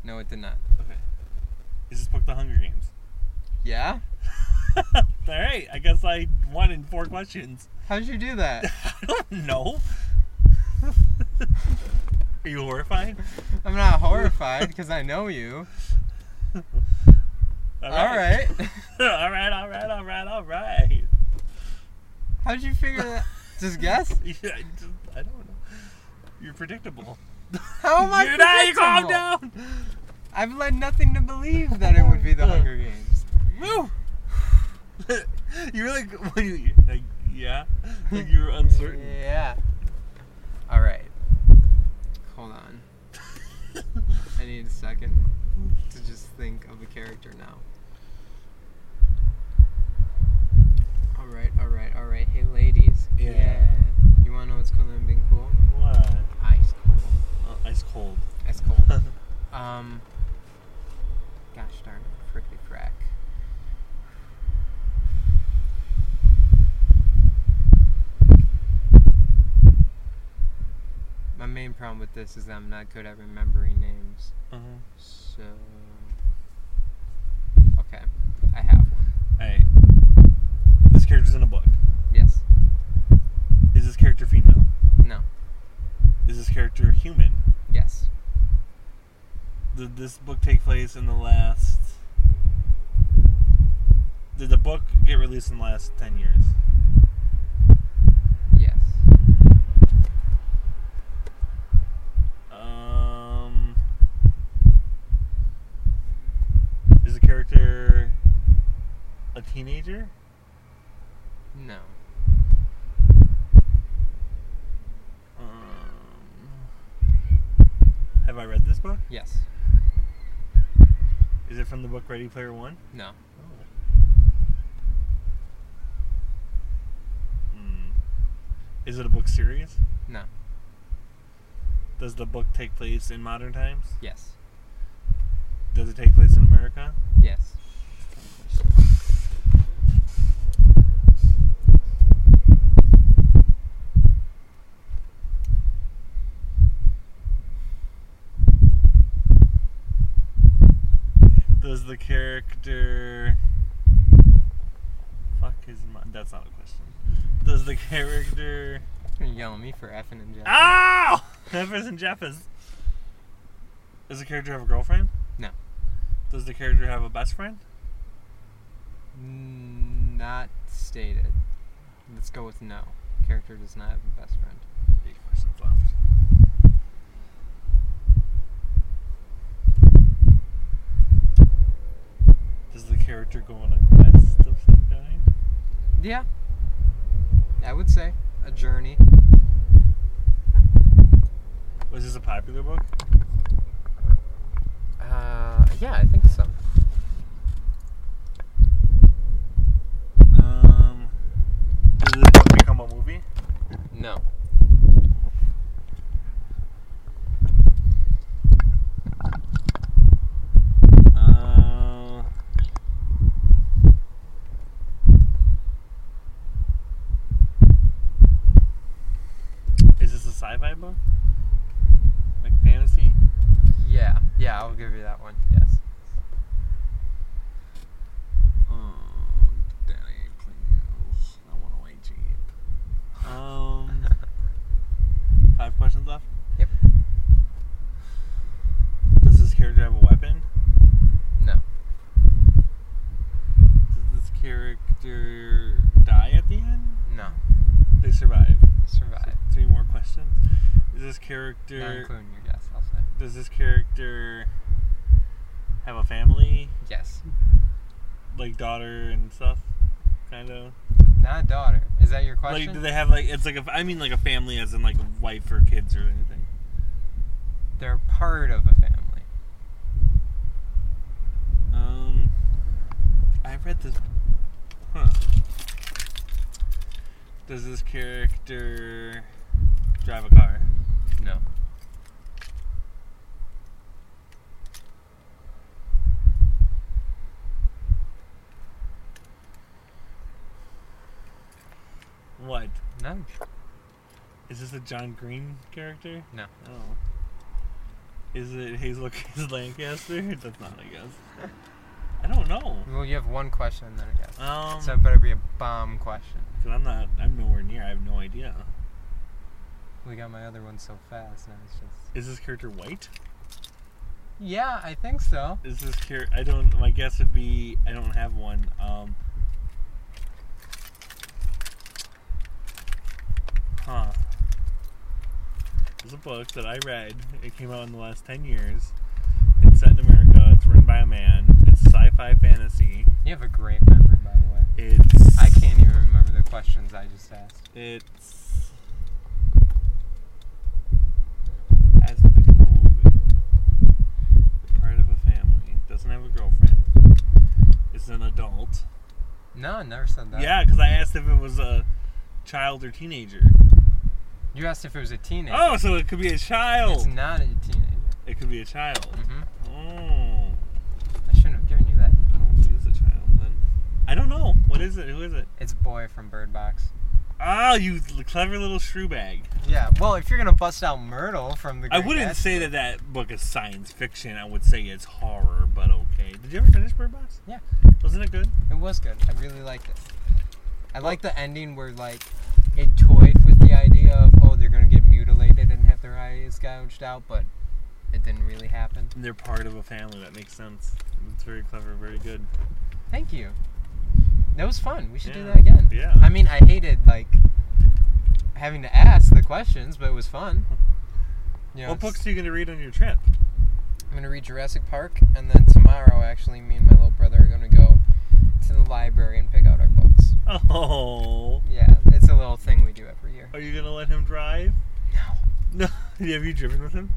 Speaker 2: No, it did not.
Speaker 1: Okay. Is this book The Hunger Games?
Speaker 2: Yeah?
Speaker 1: All right. I guess I won in four questions.
Speaker 2: How'd you do that?
Speaker 1: I don't know. Are you horrified?
Speaker 2: I'm not horrified because I know you.
Speaker 1: All
Speaker 2: All right.
Speaker 1: all right, all right, all right, all right.
Speaker 2: How'd you figure that? Just guess?
Speaker 1: Yeah, I, just, I don't know. You're predictable.
Speaker 2: How am I?
Speaker 1: Dude, now you calm
Speaker 2: predictable?
Speaker 1: down.
Speaker 2: I've led nothing to believe that it would be the Hunger Games.
Speaker 1: Woo. you really when you, like yeah, like you were uncertain.
Speaker 2: Yeah. All right. Hold on. I need a second to just think of a character now. All right, all right, all right. Hey, ladies.
Speaker 1: Yeah.
Speaker 2: You wanna know what's cool and being cool?
Speaker 1: What?
Speaker 2: Ice cold.
Speaker 1: Oh, ice cold.
Speaker 2: Ice cold. um. Gosh darn, prickly crack. My main problem with this is that I'm not good at remembering names.
Speaker 1: uh
Speaker 2: So. Okay, I have one.
Speaker 1: Hey, this character's in a book.
Speaker 2: Yes.
Speaker 1: Is this character female?
Speaker 2: No.
Speaker 1: Is this character human?
Speaker 2: Yes.
Speaker 1: Did this book take place in the last? Did the book get released in the last ten years?
Speaker 2: Yes.
Speaker 1: Um, is the character a teenager?
Speaker 2: No.
Speaker 1: Um, have I read this book?
Speaker 2: Yes.
Speaker 1: Is it from the book Ready Player One? Oh.
Speaker 2: No.
Speaker 1: Mm. Is it a book series?
Speaker 2: No.
Speaker 1: Does the book take place in modern times?
Speaker 2: Yes.
Speaker 1: Does it take place in America?
Speaker 2: Yes.
Speaker 1: Does the character. Fuck his mind. That's not a question. Does the character.
Speaker 2: You're gonna yell at me for effing and jeffing.
Speaker 1: Ow! Memphis and Jeffers. Does the character have a girlfriend?
Speaker 2: No.
Speaker 1: Does the character have a best friend?
Speaker 2: Mm, Not stated. Let's go with no. Character does not have a best friend.
Speaker 1: Eight questions left. Does the character go on a quest of some kind?
Speaker 2: Yeah. I would say a journey.
Speaker 1: Was this a popular book?
Speaker 2: Uh, yeah, I think so.
Speaker 1: Um, did this book become a movie?
Speaker 2: No.
Speaker 1: Uh, is this a sci-fi book? Like fantasy?
Speaker 2: Yeah. Yeah, I'll give you that one. Yes. Um,
Speaker 1: Oh, Danny, please. I want to wait, Jeep. Um, five questions left.
Speaker 2: Yep.
Speaker 1: Does this character have a weapon?
Speaker 2: No.
Speaker 1: Does this character die at the end?
Speaker 2: No.
Speaker 1: They survive.
Speaker 2: You
Speaker 1: So
Speaker 2: Mm-hmm. survive.
Speaker 1: three more questions. Is this
Speaker 2: Not
Speaker 1: character?
Speaker 2: including your guess, I'll say.
Speaker 1: Does this character have a family,
Speaker 2: Yes.
Speaker 1: like daughter and stuff? Kind of.
Speaker 2: Not a daughter. Is that your question?
Speaker 1: Like, do they have like? It's like a. I mean, like a family, as in like wife or kids or anything.
Speaker 2: They're part of a family.
Speaker 1: Um, I read this. Huh. Does this character drive a car?
Speaker 2: No.
Speaker 1: What?
Speaker 2: No.
Speaker 1: Is this a John Green character?
Speaker 2: No.
Speaker 1: Oh. Is it Hazel Case Lancaster? That's not, I guess. I don't know.
Speaker 2: Well, you have one question and then a guess.
Speaker 1: Um,
Speaker 2: so it better be a bomb question.
Speaker 1: i I'm not. I'm nowhere near. I have no idea.
Speaker 2: We got my other one so fast, now it's just.
Speaker 1: Is this character white?
Speaker 2: Yeah, I think so.
Speaker 1: Is this cur- I don't. My guess would be I don't have one. Um. Huh. There's a book that I read. It came out in the last ten years. It's set in America. It's written by a man. It's sci-fi fantasy.
Speaker 2: You have a great memory, by the way.
Speaker 1: It's
Speaker 2: I can't e-, even remember the questions I just asked.
Speaker 1: It's has become a movie. The part of a family. Doesn't have a girlfriend. Is an adult.
Speaker 2: No, I never said that.
Speaker 1: Yeah, because I asked if it was a child or teenager.
Speaker 2: You asked if it was a teenager.
Speaker 1: Oh, so it could be a
Speaker 2: It's
Speaker 1: child.
Speaker 2: not a teenager.
Speaker 1: It could be a child.
Speaker 2: hmm
Speaker 1: Oh,
Speaker 2: Mm. I shouldn't have given you that.
Speaker 1: oh, it is a child then. I don't know. What is it? Who is it?
Speaker 2: It's boy from Bird Box.
Speaker 1: Ah, you clever little shrew bag.
Speaker 2: Yeah, well, if you're gonna bust out Myrtle from the,
Speaker 1: I
Speaker 2: Great
Speaker 1: wouldn't
Speaker 2: Gatsby-
Speaker 1: say that that book is science fiction. I would say it's horror, but okay. Did you ever finish Bird Box?
Speaker 2: Yeah.
Speaker 1: Wasn't it good?
Speaker 2: It was good. I really liked it. I like the ending where like it toyed with the idea of oh they're gonna get mutilated and have their eyes gouged out, but it didn't really happen.
Speaker 1: And they're part of a family. That makes sense. It's very clever. Very good.
Speaker 2: Thank you. That was fun. We should do
Speaker 1: Yeah.
Speaker 2: that again.
Speaker 1: Yeah.
Speaker 2: I mean, I hated like having to ask the questions, but it was fun. You know,
Speaker 1: what
Speaker 2: it's-
Speaker 1: books are you going to read on your trip?
Speaker 2: I'm gonna read Jurassic Park, and then tomorrow, actually, me and my little brother are gonna go to the library and pick out our books.
Speaker 1: Oh.
Speaker 2: Yeah, it's a little thing we do every year.
Speaker 1: Are you going to let him drive?
Speaker 2: No.
Speaker 1: No. Have you driven with him?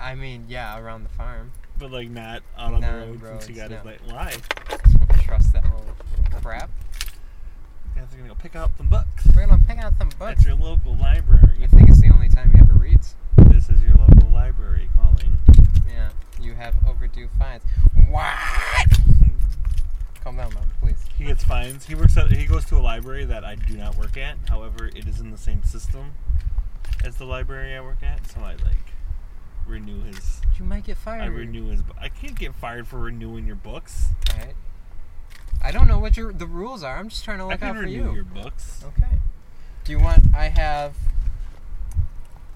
Speaker 2: I mean, yeah, around the farm.
Speaker 1: But like not out on
Speaker 2: Not
Speaker 1: the
Speaker 2: on
Speaker 1: road since he
Speaker 2: roads,
Speaker 1: got his
Speaker 2: no.
Speaker 1: light. Why?
Speaker 2: Don't trust that little crap.
Speaker 1: Because they're going to go pick up some books
Speaker 2: We're gonna pick out some
Speaker 1: at
Speaker 2: books.
Speaker 1: your local library.
Speaker 2: I think it's the only time he ever reads.
Speaker 1: This is your local library calling.
Speaker 2: Yeah, you have overdue fines. What? Calm down, mom, please.
Speaker 1: He gets fines. He works at he goes to a library that I do not work at. However, it is in the same system as the library I work at, so I like renew his.
Speaker 2: You might get fired.
Speaker 1: I renew his. I can't get fired for renewing your books.
Speaker 2: Alright. I don't know what your the rules are. I'm just trying to
Speaker 1: I
Speaker 2: look
Speaker 1: can
Speaker 2: out for
Speaker 1: renew
Speaker 2: you.
Speaker 1: your books.
Speaker 2: Okay. Do you want? I have.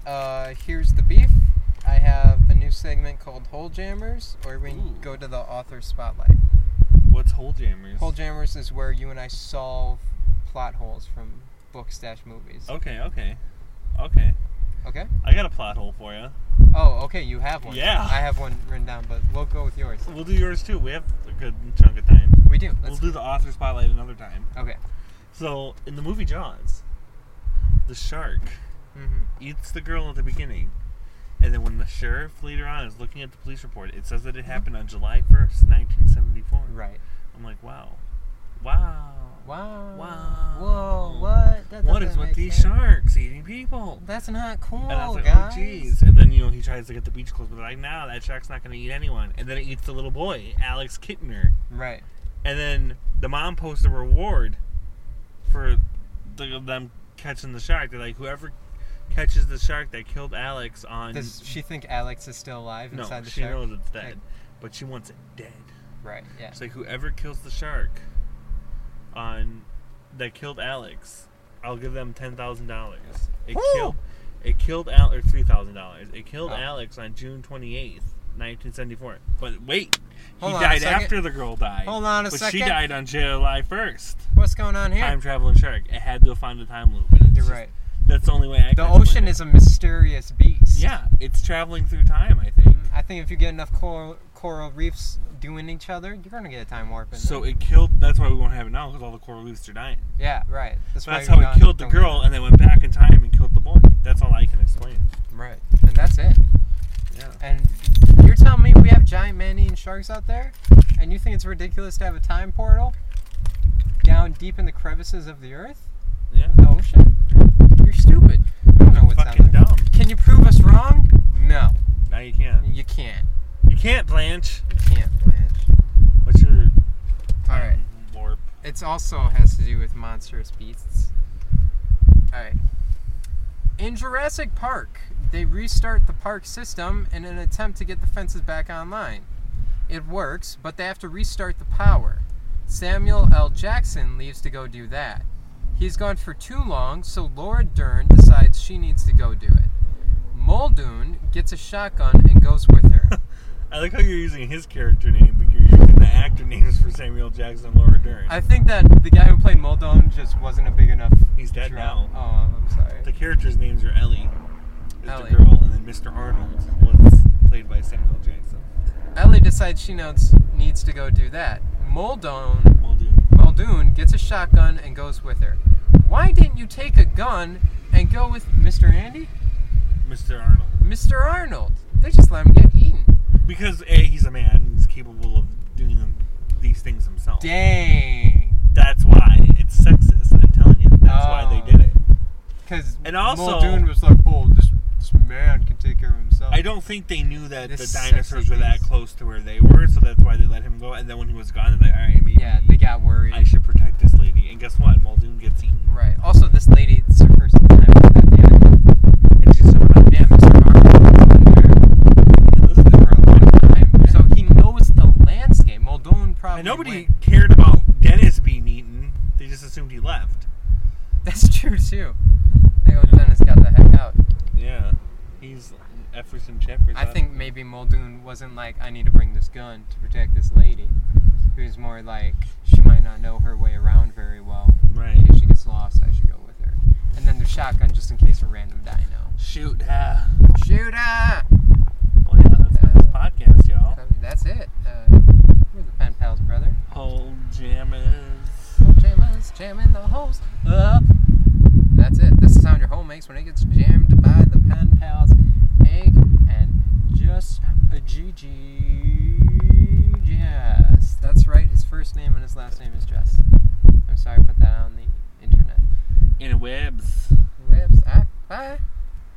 Speaker 2: Uh, here's the beef. I have a new segment called Hole Jammers, or we can
Speaker 1: Ooh.
Speaker 2: go to the author spotlight.
Speaker 1: What's hole jammers?
Speaker 2: Hole Jammers is where you and I solve plot holes from books dash movies.
Speaker 1: okay, okay, okay.
Speaker 2: Okay.
Speaker 1: I got a plot hole for you.
Speaker 2: Oh, okay. You have one.
Speaker 1: Yeah.
Speaker 2: I have one written down, but we'll go with yours.
Speaker 1: We'll do yours too. We have a good chunk of time.
Speaker 2: We do. Let's.
Speaker 1: we'll do the author spotlight another time.
Speaker 2: Okay.
Speaker 1: So in the movie Jaws, the shark.
Speaker 2: Mm-hmm.
Speaker 1: eats the girl at the beginning. And then when the sheriff later on is looking at the police report, it says that it happened on July 1st, 1974.
Speaker 2: Right.
Speaker 1: I'm like, wow. Wow.
Speaker 2: Wow.
Speaker 1: Wow.
Speaker 2: Whoa. What? That
Speaker 1: What
Speaker 2: doesn't
Speaker 1: is with
Speaker 2: make
Speaker 1: these
Speaker 2: sense.
Speaker 1: sharks eating people?
Speaker 2: That's not cool,
Speaker 1: And I was like,
Speaker 2: guys.
Speaker 1: oh, jeez. And then, you know, he tries to get the beach clothes, but like, no, that shark's not going to eat anyone. And then it eats the little boy, Alex Kittner.
Speaker 2: Right.
Speaker 1: And then the mom posts a reward for the, them catching the shark. They're like, whoever catches the shark that killed Alex on
Speaker 2: Does she think Alex is still alive
Speaker 1: No,
Speaker 2: inside the
Speaker 1: she
Speaker 2: shark?
Speaker 1: knows it's dead,
Speaker 2: Like-
Speaker 1: but she wants it dead.
Speaker 2: Right. Yeah.
Speaker 1: It's like whoever kills the shark on that killed Alex, I'll give them ten thousand dollars. It
Speaker 2: Woo!
Speaker 1: killed. It killed Al or three thousand dollars. It killed
Speaker 2: Oh.
Speaker 1: Alex on June twenty eighth, nineteen seventy four. But wait,
Speaker 2: Hold on
Speaker 1: he
Speaker 2: a
Speaker 1: died
Speaker 2: second.
Speaker 1: after the girl died.
Speaker 2: Hold on a
Speaker 1: but She
Speaker 2: second.
Speaker 1: died on July first.
Speaker 2: What's going on here?
Speaker 1: Time traveling shark. It had to have found a time loop. and it's
Speaker 2: You're
Speaker 1: just-
Speaker 2: right.
Speaker 1: That's the only way I.
Speaker 2: The
Speaker 1: can explain
Speaker 2: ocean
Speaker 1: it.
Speaker 2: is a mysterious beast.
Speaker 1: Yeah, it's traveling through time. I think.
Speaker 2: I think if you get enough coral, coral reefs doing each other, you're gonna get a time warp. In
Speaker 1: So
Speaker 2: there.
Speaker 1: it killed. That's why we won't have it now because all the coral reefs are dying.
Speaker 2: yeah, right. That's, why
Speaker 1: That's
Speaker 2: we
Speaker 1: how it
Speaker 2: don't-
Speaker 1: killed the
Speaker 2: don't get
Speaker 1: girl, and they went back in time and killed the boy. That's all I can explain.
Speaker 2: it. Right, and that's it.
Speaker 1: Yeah.
Speaker 2: And you're telling me we have giant man-eating sharks out there, and you think it's ridiculous to have a time portal down deep in the crevices of the earth,
Speaker 1: Yeah.
Speaker 2: the ocean? You're stupid. You don't know what's
Speaker 1: Fucking
Speaker 2: down there.
Speaker 1: dumb.
Speaker 2: Can you prove us wrong? No,
Speaker 1: Now you can't.
Speaker 2: you can't.
Speaker 1: You can't, Blanche.
Speaker 2: You can't, Blanche.
Speaker 1: What's your
Speaker 2: All right.
Speaker 1: warp?
Speaker 2: It's also has to do with monstrous beasts. Alright. In Jurassic Park, they restart the park system in an attempt to get the fences back online. It works, but they have to restart the power. Samuel L. Jackson leaves to go do that. He's gone for too long, so Laura Dern decides she needs to go do it. Muldoon gets a shotgun and goes with her.
Speaker 1: I like how you're using his character name, but you're using the actor names for Samuel Jackson and Laura Dern.
Speaker 2: I think that the guy who played Muldoon just wasn't a big enough.
Speaker 1: He's dead
Speaker 2: draw-
Speaker 1: now.
Speaker 2: Oh, I'm sorry.
Speaker 1: the characters' names are Ellie, is
Speaker 2: Ellie.
Speaker 1: the girl, and then Mr. Arnold was played by Samuel Jackson.
Speaker 2: Ellie decides she knows, needs to go do that. Muldoon,
Speaker 1: Muldoon.
Speaker 2: Muldoon gets a shotgun and goes with her. Why didn't you take a gun and go with Mr. Andy?
Speaker 1: Mr. Arnold.
Speaker 2: Mr. Arnold. They just let him get eaten.
Speaker 1: Because A, he's a man and he's capable of doing them, these things himself.
Speaker 2: Dang.
Speaker 1: That's why it's sexist. I'm telling you. That's why
Speaker 2: Oh.
Speaker 1: they did it.
Speaker 2: Because
Speaker 1: And also-
Speaker 2: Muldoon was like, oh, this, this man can take care of himself.
Speaker 1: I don't think they knew that
Speaker 2: This
Speaker 1: the dinosaurs
Speaker 2: sexy
Speaker 1: were that
Speaker 2: beast.
Speaker 1: close to where they were, so that's why they let him go. And then when he was gone, they're like, all right, maybe
Speaker 2: Yeah, they got worried.
Speaker 1: I should protect this lady. And guess what? Muldoon gets eaten.
Speaker 2: Right. Also, this lady, it's her first time at the animal.
Speaker 1: And she's still not
Speaker 2: Yeah, Mr. Arnold.
Speaker 1: Elizabeth for a long time.
Speaker 2: So he knows the landscape. Muldoon probably.
Speaker 1: And nobody
Speaker 2: went.
Speaker 1: cared about Dennis being eaten. They just assumed he left.
Speaker 2: That's true too. They go,
Speaker 1: Yeah.
Speaker 2: Dennis got the heck out.
Speaker 1: Yeah. He's Jefferson Jeffers.
Speaker 2: I think maybe Muldoon wasn't like, I need to bring this gun to protect this lady. He was more like, she might not know her way around very well.
Speaker 1: Right.
Speaker 2: In case she gets lost, I should go with her. And then the shotgun, just in case a random dino.
Speaker 1: Shoot.
Speaker 2: uh,
Speaker 1: Yeah.
Speaker 2: Shoot her!
Speaker 1: Well, yeah, that's been this podcast, y'all.
Speaker 2: So That's it. Uh, we're the pen pals, brother.
Speaker 1: Whole jammers.
Speaker 2: Oh, jammers, jamming the holes up. That's it. This is the sound your hole makes when it gets jammed by the pen pals, egg, and just a GG. Jess. That's right. His first name and his last name is Jess. I'm sorry I put that on the internet.
Speaker 1: In webs.
Speaker 2: Webs. Ah, bye.